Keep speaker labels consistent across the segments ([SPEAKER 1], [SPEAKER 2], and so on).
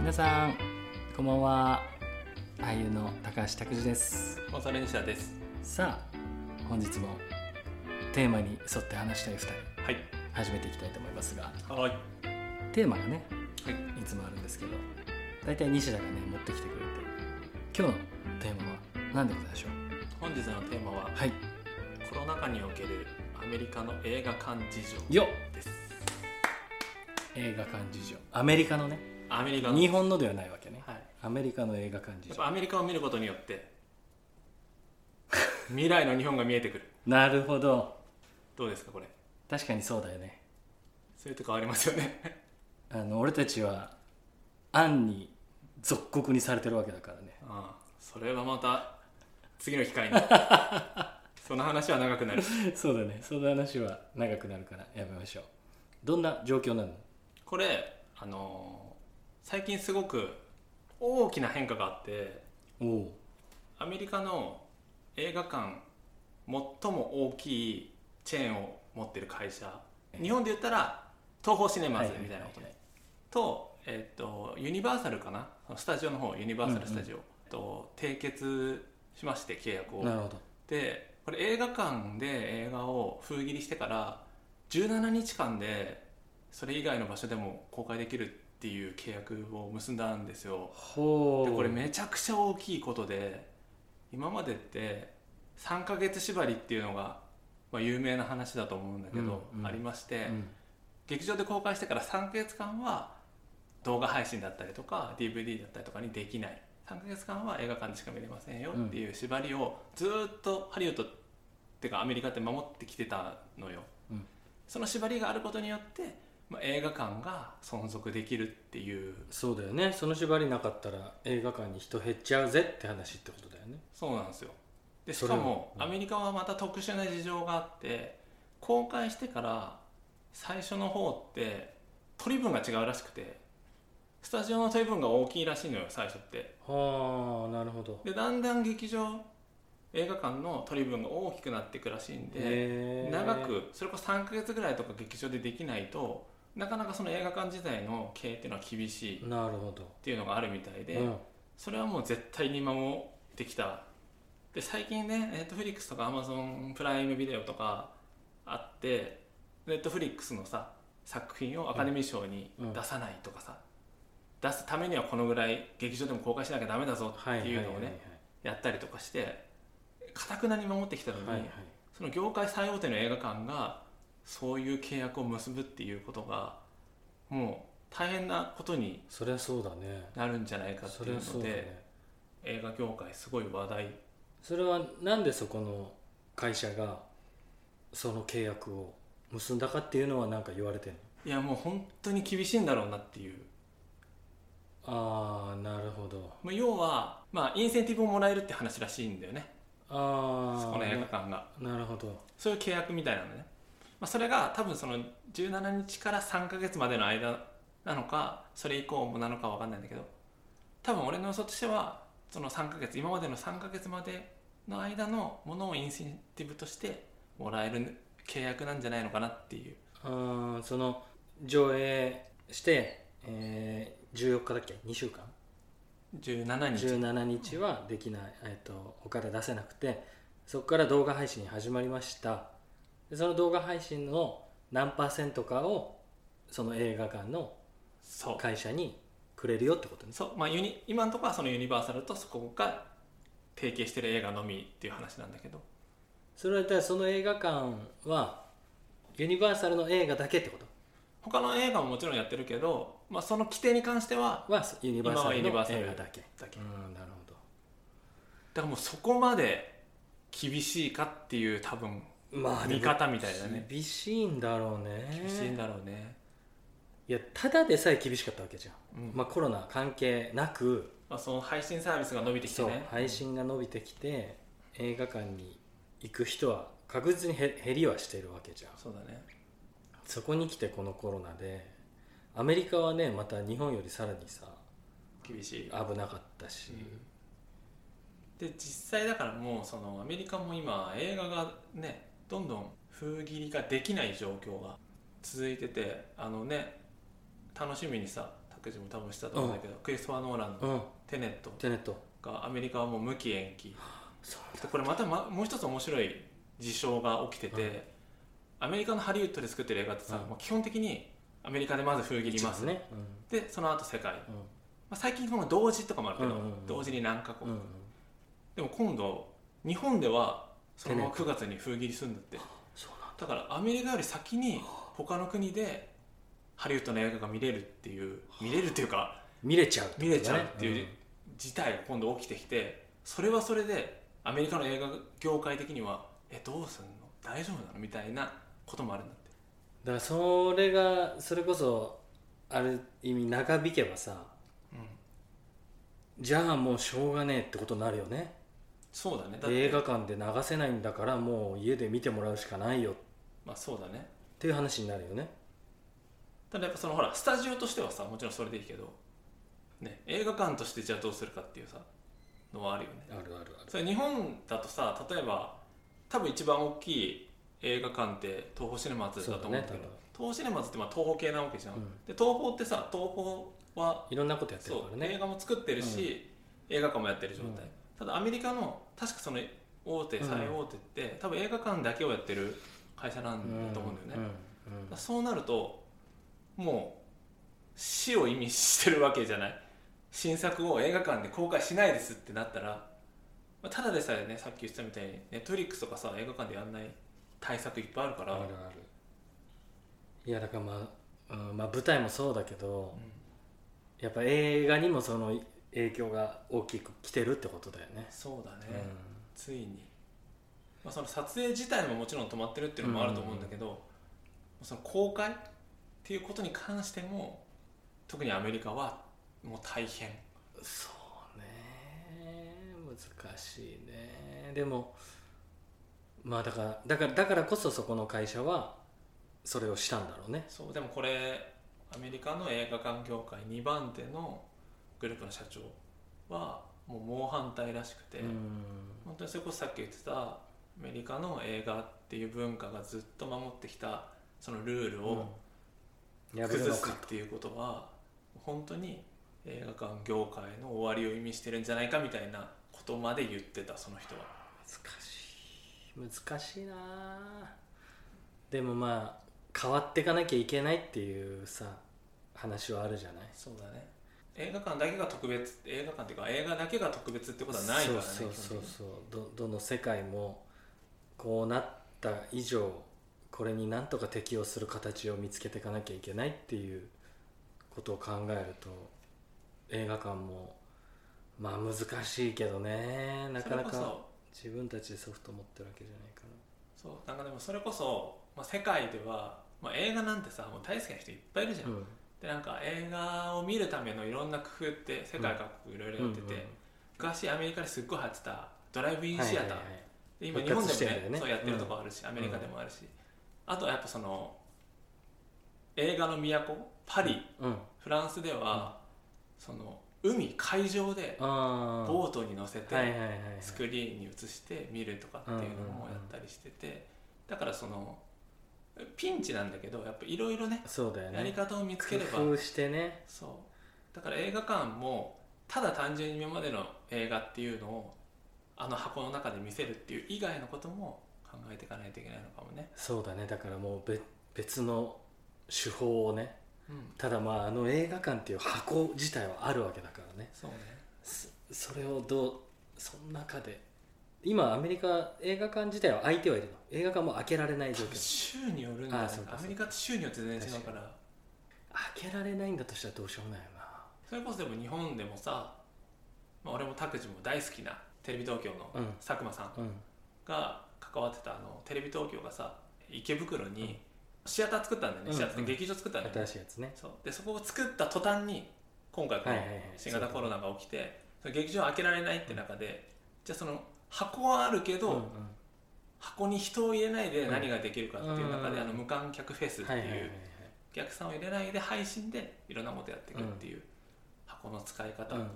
[SPEAKER 1] 皆さんこんばんは俳優の高橋拓司です
[SPEAKER 2] コンサル西田です。
[SPEAKER 1] さあ本日もテーマに沿って話したい2人
[SPEAKER 2] はい。
[SPEAKER 1] 始めていきたいと思いますが
[SPEAKER 2] はい。
[SPEAKER 1] テーマがね
[SPEAKER 2] はい。
[SPEAKER 1] いつもあるんですけど大体西田がね持ってきてくれて今日のテーマは何でございましょう
[SPEAKER 2] 本日のテーマは、
[SPEAKER 1] はい
[SPEAKER 2] コロナ禍におけるアメリカの映画館事情
[SPEAKER 1] よっ
[SPEAKER 2] です。
[SPEAKER 1] 映画館事情アメリカのね
[SPEAKER 2] アメリカの。
[SPEAKER 1] 日本のではないわけね
[SPEAKER 2] はい。
[SPEAKER 1] アメリカの映画館
[SPEAKER 2] や
[SPEAKER 1] 事
[SPEAKER 2] っ
[SPEAKER 1] 情
[SPEAKER 2] ぱアメリカを見ることによ って、未来の日本が見えてくる。
[SPEAKER 1] なるほど
[SPEAKER 2] どうですか、これ。
[SPEAKER 1] 確かにそうだよね
[SPEAKER 2] そういうとこありますよ ね。
[SPEAKER 1] あの俺たちは暗に属国にされてるわけだからね
[SPEAKER 2] うん。それはまた、次の機会に。 その話は長くなる。
[SPEAKER 1] そうだねその話は長くなるからやめましょうどんな状況なの
[SPEAKER 2] これ、あのー最近すごく大きな変化があって、
[SPEAKER 1] おお
[SPEAKER 2] アメリカの映画館最も大きいチェーンを持ってる会社日本で言ったら東宝シネマズみたいなことね、と,、えっとユニバーサルかなそのスタジオの方ユニバーサル・スタジオ、と締結しまして契約を
[SPEAKER 1] なるほど
[SPEAKER 2] でこれ映画館で映画を封切りしてから17日間でそれ以外の場所でも公開できるっていう契約を結んだんですよ
[SPEAKER 1] ほ
[SPEAKER 2] で
[SPEAKER 1] う
[SPEAKER 2] これめちゃくちゃ大きいことで今までって3ヶ月縛りっていうのが、まあ、有名な話だと思うんだけど、
[SPEAKER 1] うんうん
[SPEAKER 2] ありまして、
[SPEAKER 1] うん
[SPEAKER 2] 劇場で公開してから3ヶ月間は動画配信だったりとか DVD だったりとかにできない3ヶ月間は映画館でしか見れませんよっていう縛りをずーっとハリウッドっていうかアメリカって守ってきてたのよ、
[SPEAKER 1] うん
[SPEAKER 2] その縛りがあることによって、まあ、映画館が存続できるっていう
[SPEAKER 1] そうだよねその縛りなかったら映画館に人減っちゃうぜって話ってことだよね
[SPEAKER 2] そうなんですよでし
[SPEAKER 1] それ
[SPEAKER 2] か
[SPEAKER 1] は
[SPEAKER 2] も
[SPEAKER 1] うん
[SPEAKER 2] アメリカはまた特殊な事情があって公開してから最初の方って取り分が違うらしくてスタジオの取り分が大きいらしいのよ最初って
[SPEAKER 1] はあなるほど
[SPEAKER 2] でだんだん劇場映画館の取り分が大きくなっていくらしいんで
[SPEAKER 1] へえ
[SPEAKER 2] 長くそれこそ3ヶ月ぐらいとか劇場でできないとなかなかその映画館自体の経営っていうのは厳しいっ
[SPEAKER 1] なるほど
[SPEAKER 2] ていうのがあるみたいで、
[SPEAKER 1] うん
[SPEAKER 2] それはもう絶対に守ってきたで最近ねネットフリックスとかアマゾンプライムビデオとかあってネットフリックスのさ作品をアカデミー賞に出さないとかさ、出すためにはこのぐらい劇場でも公開しなきゃダメだぞ
[SPEAKER 1] はい
[SPEAKER 2] っていうのをね、やったりとかしてかくなに守ってきたのに、
[SPEAKER 1] はいはいはい
[SPEAKER 2] その業界最大手の映画館がそういう契約を結ぶっていうことがもう大変なことに
[SPEAKER 1] そりゃそうだね
[SPEAKER 2] なるんじゃないかって
[SPEAKER 1] そ
[SPEAKER 2] いう
[SPEAKER 1] りゃ
[SPEAKER 2] の
[SPEAKER 1] そうだ
[SPEAKER 2] で。
[SPEAKER 1] ね
[SPEAKER 2] 映画業界すごい話題
[SPEAKER 1] それはなんでそこの会社がその契約を結んだかっていうのは何か言われてるの
[SPEAKER 2] いやもう本当に厳しいんだろうなっていう、
[SPEAKER 1] ああなるほど
[SPEAKER 2] まあ、要は、まあ、インセンティブをもらえるって話らしいんだよねそ
[SPEAKER 1] あ
[SPEAKER 2] この映画
[SPEAKER 1] あ
[SPEAKER 2] 館が
[SPEAKER 1] ななるほど
[SPEAKER 2] そういう契約みたいなのね、まあ、それが多分その17日から3ヶ月までの間なのかそれ以降もなのかわかんないんだけど多分俺の予想としてはその3ヶ月今までの3ヶ月までの間のものをインセンティブとしてもらえる契約なんじゃないのかなっていう
[SPEAKER 1] あーその上映して、えー、14日だっけ2週間
[SPEAKER 2] 17日
[SPEAKER 1] 17日はできない、えっとお金出せなくてそこから動画配信始まりましたでその動画配信の何パーセントかをその映画館の
[SPEAKER 2] そう
[SPEAKER 1] 会社にくれるよってことね
[SPEAKER 2] そうまあ、ユニ今のところはそのユニバーサルとそこが提携してる映画のみっていう話なんだけど
[SPEAKER 1] それはその映画館はユニバーサルの映画だけってこと
[SPEAKER 2] 他の映画ももちろんやってるけど、まあ、その規定に関しては
[SPEAKER 1] はユニバーサルの映
[SPEAKER 2] 今はユニバーサル
[SPEAKER 1] 画だけ
[SPEAKER 2] だけ
[SPEAKER 1] うんなるほど
[SPEAKER 2] だからもうそこまで厳しいかっていう多分
[SPEAKER 1] まあ
[SPEAKER 2] 見方みたいだね
[SPEAKER 1] でも厳しいんだろうね
[SPEAKER 2] 厳しいんだろうね、
[SPEAKER 1] いやただでさえ厳しかったわけじゃん、
[SPEAKER 2] うん
[SPEAKER 1] ま
[SPEAKER 2] ま
[SPEAKER 1] あ、コロナ関係なく、
[SPEAKER 2] あ、その配信サービスが伸びてきて
[SPEAKER 1] そう
[SPEAKER 2] ね
[SPEAKER 1] 配信が伸びてきて映画館に行く人は確実に減減りはしてるわけじゃん
[SPEAKER 2] そうだね
[SPEAKER 1] そこに来てこのコロナでアメリカはねまた日本よりさらにさ
[SPEAKER 2] 厳しい、
[SPEAKER 1] 危なかったし、
[SPEAKER 2] で実際だからもうそのアメリカも今映画がねどんどん封切りができない状況が続いててあのね楽しみにさ白状も多分したと思うんだけど、クリストファー・ノーランの
[SPEAKER 1] うん
[SPEAKER 2] 「テネット
[SPEAKER 1] テネット」
[SPEAKER 2] がアメリカはもう無期延期
[SPEAKER 1] そう
[SPEAKER 2] でこれまた、ま、もう一つ面白い事象が起きてて、
[SPEAKER 1] うん
[SPEAKER 2] アメリカのハリウッドで作ってる映画ってさ、
[SPEAKER 1] うん
[SPEAKER 2] もう基本的にアメリカでまず封切ります、
[SPEAKER 1] 一番ね
[SPEAKER 2] でその後世界、ま
[SPEAKER 1] うんうん
[SPEAKER 2] あ、最近この同時とかもあるけど、
[SPEAKER 1] うんうんうん
[SPEAKER 2] 同時に何か国、
[SPEAKER 1] うん
[SPEAKER 2] でも今度日本ではそのまま
[SPEAKER 1] テ
[SPEAKER 2] 9月に封切りするんだって
[SPEAKER 1] そうなん
[SPEAKER 2] だからアメリカより先に他の国でハリウッドの映画が見れるっていう見れるっていうか
[SPEAKER 1] 見れちゃう
[SPEAKER 2] 見れちゃうって
[SPEAKER 1] ね
[SPEAKER 2] いう事態が今度起きてきてそれはそれでアメリカの映画業界的にはえどうすんの大丈夫なのみたいなこともあるんだって
[SPEAKER 1] だからそれがそれこそある意味長引けばさ
[SPEAKER 2] うん
[SPEAKER 1] じゃあもうしょうがねえってことになるよね
[SPEAKER 2] そうだねだって
[SPEAKER 1] 映画館で流せないんだからもう家で見てもらうしかないよっ
[SPEAKER 2] まあそうだね
[SPEAKER 1] ていう話になるよね
[SPEAKER 2] ただやっぱそのほらスタジオとしてはさもちろんそれでいいけどね映画館としてじゃあどうするかっていうさのはあるよね
[SPEAKER 1] あるあるある
[SPEAKER 2] それ日本だとさ例えば多分一番大きい映画館って東宝シネマズだと思うんだけ
[SPEAKER 1] そ
[SPEAKER 2] ど
[SPEAKER 1] うだね
[SPEAKER 2] 東宝シネマズってまあ東宝系なわけじゃん、
[SPEAKER 1] うん
[SPEAKER 2] で東宝ってさ東宝はい
[SPEAKER 1] ろんなことやってる
[SPEAKER 2] そ
[SPEAKER 1] から
[SPEAKER 2] う、映
[SPEAKER 1] ね
[SPEAKER 2] 画も作ってるし、映画館もやってる状態、
[SPEAKER 1] うん
[SPEAKER 2] ただアメリカの確かその大手
[SPEAKER 1] うん
[SPEAKER 2] 最大手って、多分映画館だけをやってる会社なんだと思うんだよね、
[SPEAKER 1] う
[SPEAKER 2] だ
[SPEAKER 1] んうん
[SPEAKER 2] からそうなるともう死を意味してるわけじゃない新作を映画館で公開しないですってなったら、まあただでさえねさっき言ってたみたいにネットフリックスとかさ映画館でやんない対策いっぱいあるから、
[SPEAKER 1] あるあるいやだからまあ、うんまあ、舞台もそうだけど
[SPEAKER 2] うん
[SPEAKER 1] やっぱ映画にもその影響が大きく来てるってことだよね、
[SPEAKER 2] そうだね、
[SPEAKER 1] うん
[SPEAKER 2] ついに、まあ、その撮影自体ももちろん止まってるっていうのもあると思うんだけど、その公開っていうことに関しても特にアメリカはもう大変
[SPEAKER 1] そうね難しいねでもまあだからだからだからこそそこの会社はそれをしたんだろうね
[SPEAKER 2] そうでもこれアメリカの映画館業界2番手のグループの社長はもう猛反対らしくて、
[SPEAKER 1] うん
[SPEAKER 2] 本当にそれこそさっき言ってたアメリカの映画っていう文化がずっと守ってきたそのルールを、
[SPEAKER 1] うん破る
[SPEAKER 2] 崩
[SPEAKER 1] の
[SPEAKER 2] す
[SPEAKER 1] か
[SPEAKER 2] っていうことは本当に映画館業界の終わりを意味してるんじゃないかみたいなことまで言ってたその人は
[SPEAKER 1] 難しい難しいなあでもまあ変わっていかなきゃいけないっていうさ話はあるじゃない
[SPEAKER 2] そうだね映画館だけが特別映画館っていうか映画だけが特別ってことはないから
[SPEAKER 1] そう
[SPEAKER 2] ね
[SPEAKER 1] そうそう
[SPEAKER 2] 基本的に
[SPEAKER 1] そうどどの世界もこうなった以上これになんとか適応する形を見つけていかなきゃいけないっていうことを考えると映画館もまあ難しいけどねなかな
[SPEAKER 2] それこ
[SPEAKER 1] か
[SPEAKER 2] そ
[SPEAKER 1] 自分たちでソフト持ってるわけじゃないか
[SPEAKER 2] そうなんかでもそれこそ、まあ、世界では、まあ、映画なんてさもう大好きな人いっぱいいるじゃん、
[SPEAKER 1] ら、うん、
[SPEAKER 2] でなんか映画を見るためのいろんな工夫って世界各国いろいろやってて、
[SPEAKER 1] うんうんうん
[SPEAKER 2] 昔アメリカですっごい流行ってたドライブイン
[SPEAKER 1] はい
[SPEAKER 2] シアター、
[SPEAKER 1] はいはい
[SPEAKER 2] で今日
[SPEAKER 1] 復
[SPEAKER 2] 本
[SPEAKER 1] 活
[SPEAKER 2] で
[SPEAKER 1] し
[SPEAKER 2] も
[SPEAKER 1] てんだ
[SPEAKER 2] ね
[SPEAKER 1] よね
[SPEAKER 2] そうやってるとこあるし、アメリカでもあるし、あとはやっぱその映画の都パリ、
[SPEAKER 1] うん、あ
[SPEAKER 2] フランスでは、その海海上で
[SPEAKER 1] あ
[SPEAKER 2] ボートに乗せて、
[SPEAKER 1] はいはいはいはい
[SPEAKER 2] スクリーンに映して見るとかっていうのもやったりしてて、だからそのピンチなんだけどやっぱいろいろね
[SPEAKER 1] そうだよ
[SPEAKER 2] やり
[SPEAKER 1] ね
[SPEAKER 2] 方を見つ
[SPEAKER 1] 工
[SPEAKER 2] ければ
[SPEAKER 1] 夫してね
[SPEAKER 2] そうだから映画館もただ単純に今までの映画っていうのをあの箱の中で見せるっていう以外のことも考えていかないといけないのかもね、
[SPEAKER 1] そうだねだからもう別別の手法をね
[SPEAKER 2] うん、
[SPEAKER 1] ただまああの映画館っていう箱自体はあるわけだからね
[SPEAKER 2] そうね
[SPEAKER 1] そそれをどうその中で今アメリカ映画館自体は開いてはいるの映画館も開けられない状況
[SPEAKER 2] 州によるんだ、
[SPEAKER 1] あ
[SPEAKER 2] ね
[SPEAKER 1] そうかそう、か
[SPEAKER 2] アメリカって州によって全然違うから
[SPEAKER 1] 開けられないんだとしたらどうしようもないよ
[SPEAKER 2] それこそでも日本でもさ、まあ、俺も拓司も大好きなテレビ東京の
[SPEAKER 1] うん
[SPEAKER 2] 佐久間さん
[SPEAKER 1] なうん
[SPEAKER 2] が関わってたあのテレビ東京がさ池袋にシアター作ったんだよね、
[SPEAKER 1] うん
[SPEAKER 2] シアターって
[SPEAKER 1] うん
[SPEAKER 2] 劇場作ったんだよね、
[SPEAKER 1] 新しいやつね
[SPEAKER 2] そうでそこを作った途端に今回この
[SPEAKER 1] はいはいはい
[SPEAKER 2] 新型コロナが起きて、その劇場開けられないって中で、じゃあその箱はあるけど、
[SPEAKER 1] うん
[SPEAKER 2] 箱に人を入れないで
[SPEAKER 1] うん
[SPEAKER 2] 何ができるかっていう中で、
[SPEAKER 1] うん
[SPEAKER 2] あの無観客フェス
[SPEAKER 1] う
[SPEAKER 2] っ
[SPEAKER 1] ん
[SPEAKER 2] て
[SPEAKER 1] はいいはいはいはい
[SPEAKER 2] うお客さんを入れないで配信でいろんなことやっていくっていう、箱の使い方、
[SPEAKER 1] うんうん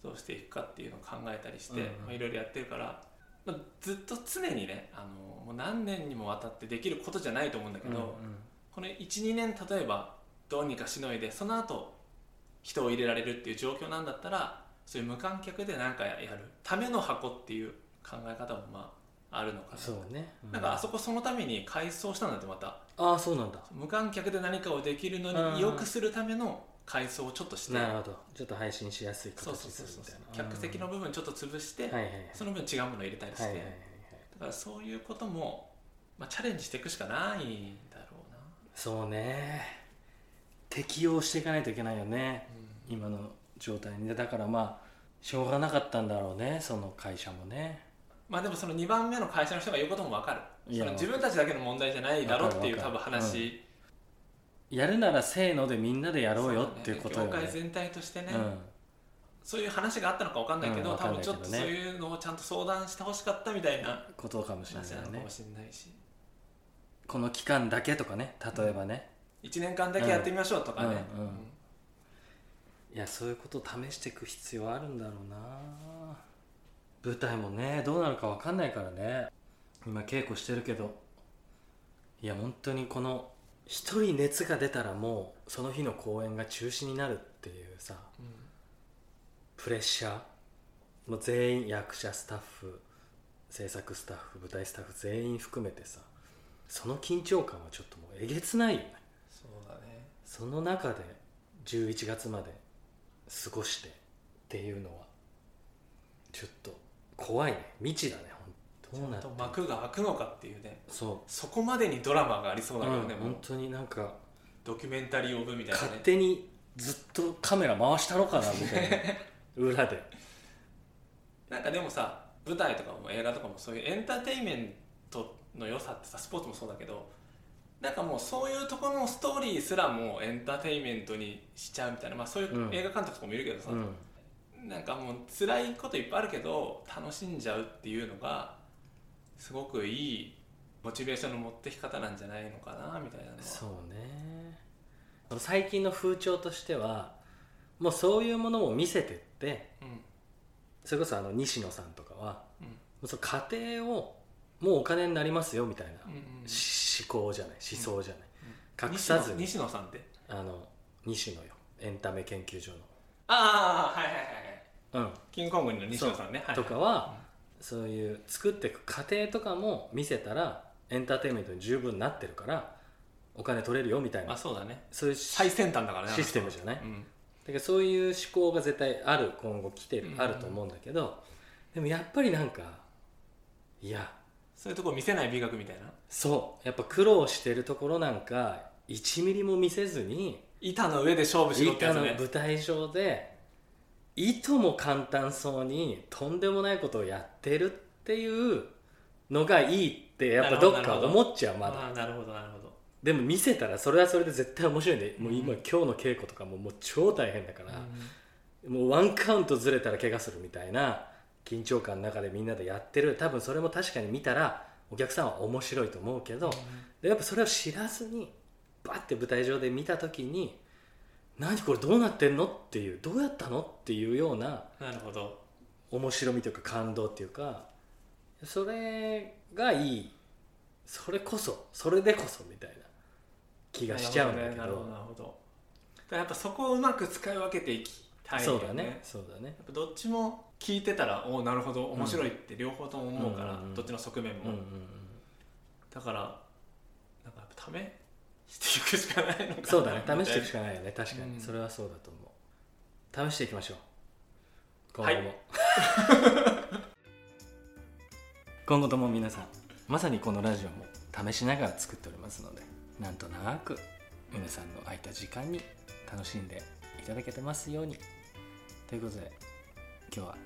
[SPEAKER 2] どうしていくかっていうのを考えたりし
[SPEAKER 1] うん
[SPEAKER 2] て、
[SPEAKER 1] うん
[SPEAKER 2] まあ、いろいろやってるから、まあ、ずっと常にねあのもう何年にもわたってできることじゃないと思うんだけど、
[SPEAKER 1] うんうん
[SPEAKER 2] この12年例えばどうにかしのいでその後人を入れられるっていう状況なんだったらそういう無観客で何かやるための箱っていう考え方もまああるのかな
[SPEAKER 1] そうね、う
[SPEAKER 2] なんかあそこそのために改装したんだってまた
[SPEAKER 1] ああそうなんだ
[SPEAKER 2] 無観客で何かをできる
[SPEAKER 1] うん
[SPEAKER 2] の
[SPEAKER 1] うん
[SPEAKER 2] に良くするための改装をちょっとして
[SPEAKER 1] なるほどちょっと配信しやすい形
[SPEAKER 2] そう
[SPEAKER 1] に
[SPEAKER 2] そうそ
[SPEAKER 1] す
[SPEAKER 2] う
[SPEAKER 1] る
[SPEAKER 2] そう
[SPEAKER 1] みたいな
[SPEAKER 2] 客席の部分ちょっと潰して、
[SPEAKER 1] うんはいはいはい
[SPEAKER 2] その分違うものを入れたりして、
[SPEAKER 1] はいはいはいはい
[SPEAKER 2] だからそういうことも、まあ、チャレンジしていくしかないんだろうな、
[SPEAKER 1] そうね適応していかないといけないよね
[SPEAKER 2] うん
[SPEAKER 1] 今の状態にでだからまあしょうがなかったんだろうねその会社もね
[SPEAKER 2] まあでもその2番目の会社の人が言うことも分かる
[SPEAKER 1] い
[SPEAKER 2] そ
[SPEAKER 1] や
[SPEAKER 2] の自分たちだけの問題じゃないだろうってい
[SPEAKER 1] わかる
[SPEAKER 2] う多
[SPEAKER 1] わ
[SPEAKER 2] 分
[SPEAKER 1] かる
[SPEAKER 2] 話
[SPEAKER 1] やるならせーのでみんなでやろうよ
[SPEAKER 2] そね
[SPEAKER 1] っていうことよ
[SPEAKER 2] 業
[SPEAKER 1] ね
[SPEAKER 2] 界全体としてね、
[SPEAKER 1] うん
[SPEAKER 2] そういう話があったのか分かんないけど、
[SPEAKER 1] うんわ
[SPEAKER 2] 多
[SPEAKER 1] かん
[SPEAKER 2] 分
[SPEAKER 1] ないけ
[SPEAKER 2] ちょ
[SPEAKER 1] どね
[SPEAKER 2] っとそういうのをちゃんと相談してほしかったみたいな
[SPEAKER 1] ことかもしれ
[SPEAKER 2] 話な
[SPEAKER 1] ない
[SPEAKER 2] のか
[SPEAKER 1] ね
[SPEAKER 2] もしれないし、
[SPEAKER 1] この期間だけとかね例えばね、
[SPEAKER 2] 1年間だけやってみましょうとかね、
[SPEAKER 1] うんうんいやそういうことを試していく必要あるんだろうな舞台もねどうなるか分かんないからね今稽古してるけどいや本当にこの一人熱が出たらもうその日の公演が中止になるっていうさ
[SPEAKER 2] うん
[SPEAKER 1] プレッシャーもう全員役者スタッフ制作スタッフ舞台スタッフ全員含めてさその緊張感はちょっともうえげつないよね
[SPEAKER 2] そうだね
[SPEAKER 1] その中で11月まで過ごしてっていうのはちょっと怖いね未知だねほんどうな
[SPEAKER 2] あ
[SPEAKER 1] って
[SPEAKER 2] と
[SPEAKER 1] る
[SPEAKER 2] 幕が開くのかっていうね
[SPEAKER 1] そ
[SPEAKER 2] そこまでにドラマがありそう
[SPEAKER 1] う、
[SPEAKER 2] だけどね、
[SPEAKER 1] うん、
[SPEAKER 2] もう
[SPEAKER 1] 本当になんか
[SPEAKER 2] ドキュメンタリーオブみたいな
[SPEAKER 1] 勝
[SPEAKER 2] ね
[SPEAKER 1] 手にずっとカメラ回したろかなみた いな裏で
[SPEAKER 2] なんかでもさ舞台とかも映画とかもそういうエンターテインメントの良さってさスポーツもそうだけどなんかもうそういうところのストーリーすらもうエンターテインメントにしちゃうみたいな、まあ、そういううん映画監督とかもいるけどさ、
[SPEAKER 1] うん
[SPEAKER 2] なんかもう辛いこといっぱいあるけど楽しんじゃうっていうのがすごくいいモチベーションの持ってき方なんじゃないのかなみたいなのは
[SPEAKER 1] そうね最近の風潮としてはもうそういうものを見せてって
[SPEAKER 2] うん
[SPEAKER 1] それこそあの西野さんとかはも
[SPEAKER 2] うん
[SPEAKER 1] うその家庭をもうお金になりますよみたいな、
[SPEAKER 2] うんうん
[SPEAKER 1] し思考じゃない思想じゃない、隠
[SPEAKER 2] 西
[SPEAKER 1] さ
[SPEAKER 2] 野
[SPEAKER 1] ずに
[SPEAKER 2] 西野さんって
[SPEAKER 1] あの西野よエンタメ研究所
[SPEAKER 2] ああはいはいはいはい
[SPEAKER 1] の、うん
[SPEAKER 2] キングコングの西野さんねはい
[SPEAKER 1] とかは、そういう作っていく過程とかも見せたらエンターテインメントに十分なってるからお金取れるよみたい
[SPEAKER 2] まあ
[SPEAKER 1] な
[SPEAKER 2] そうだね
[SPEAKER 1] そういうし
[SPEAKER 2] 最先端だからね
[SPEAKER 1] システムじゃない、だ
[SPEAKER 2] うん
[SPEAKER 1] からそういう思考が絶対ある今後来てる、
[SPEAKER 2] うん
[SPEAKER 1] あると思うんだけどでもやっぱりなんかいや
[SPEAKER 2] そういうとこ見せない美学みたいな
[SPEAKER 1] そうやっぱ苦労してるところなんか1ミリも見せずに
[SPEAKER 2] 板の上で勝負しろってや
[SPEAKER 1] 板
[SPEAKER 2] つ
[SPEAKER 1] の
[SPEAKER 2] ね
[SPEAKER 1] 舞台上でいとも簡単そうにとんでもないことをやってるっていうのがいいってやっぱどっ
[SPEAKER 2] なる
[SPEAKER 1] か
[SPEAKER 2] ほどなるほ
[SPEAKER 1] 思っちゃうまだ
[SPEAKER 2] あーなるほどなるほど
[SPEAKER 1] でも見せたらそれはそれで絶対面白いんでもう今、
[SPEAKER 2] うん
[SPEAKER 1] 今日の稽古とかももう超大変だから、もうワンカウントずれたら怪我するみたいな緊張感の中でみんなでやってる多分それも確かに見たらお客さんは面白いと思うけど、でやっぱそれを知らずにバッて舞台上で見た時に「何これどうなってんの?」っていう「どうやったの?」っていうような
[SPEAKER 2] うんなるほど
[SPEAKER 1] 面白みというか感動っていうかそれがいいそれこそそれでこそみたいな気がしちゃうんだけど
[SPEAKER 2] なるほどねなるほどなるほどだからやっぱそこをうまく使い分けていきたい
[SPEAKER 1] そ
[SPEAKER 2] よ
[SPEAKER 1] うだねそうだね
[SPEAKER 2] やっぱどっちも聞いてたらおおなるほど面白いって両方とも思うから、
[SPEAKER 1] うんうんうん
[SPEAKER 2] どっちの側面
[SPEAKER 1] う
[SPEAKER 2] も、
[SPEAKER 1] んうんうん
[SPEAKER 2] だからなんかやっぱ試していくしかないのかな
[SPEAKER 1] そうだね
[SPEAKER 2] みたいな
[SPEAKER 1] 試していくしかないよね確かに、
[SPEAKER 2] うん
[SPEAKER 1] それはそうだと思う試していきましょう今後も、
[SPEAKER 2] はい
[SPEAKER 1] 今後とも皆さんまさにこのラジオも試しながら作っておりますのでなんとなく皆さんの空いた時間に楽しんでいただけてますようにということで今日は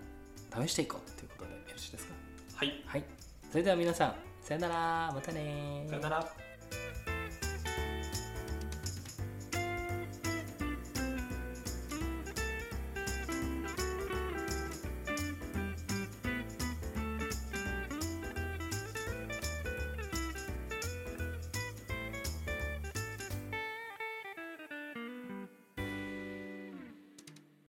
[SPEAKER 1] 試していこうということでよろしいですか
[SPEAKER 2] はい
[SPEAKER 1] はいそれでは皆さんさよならまたね
[SPEAKER 2] さよなら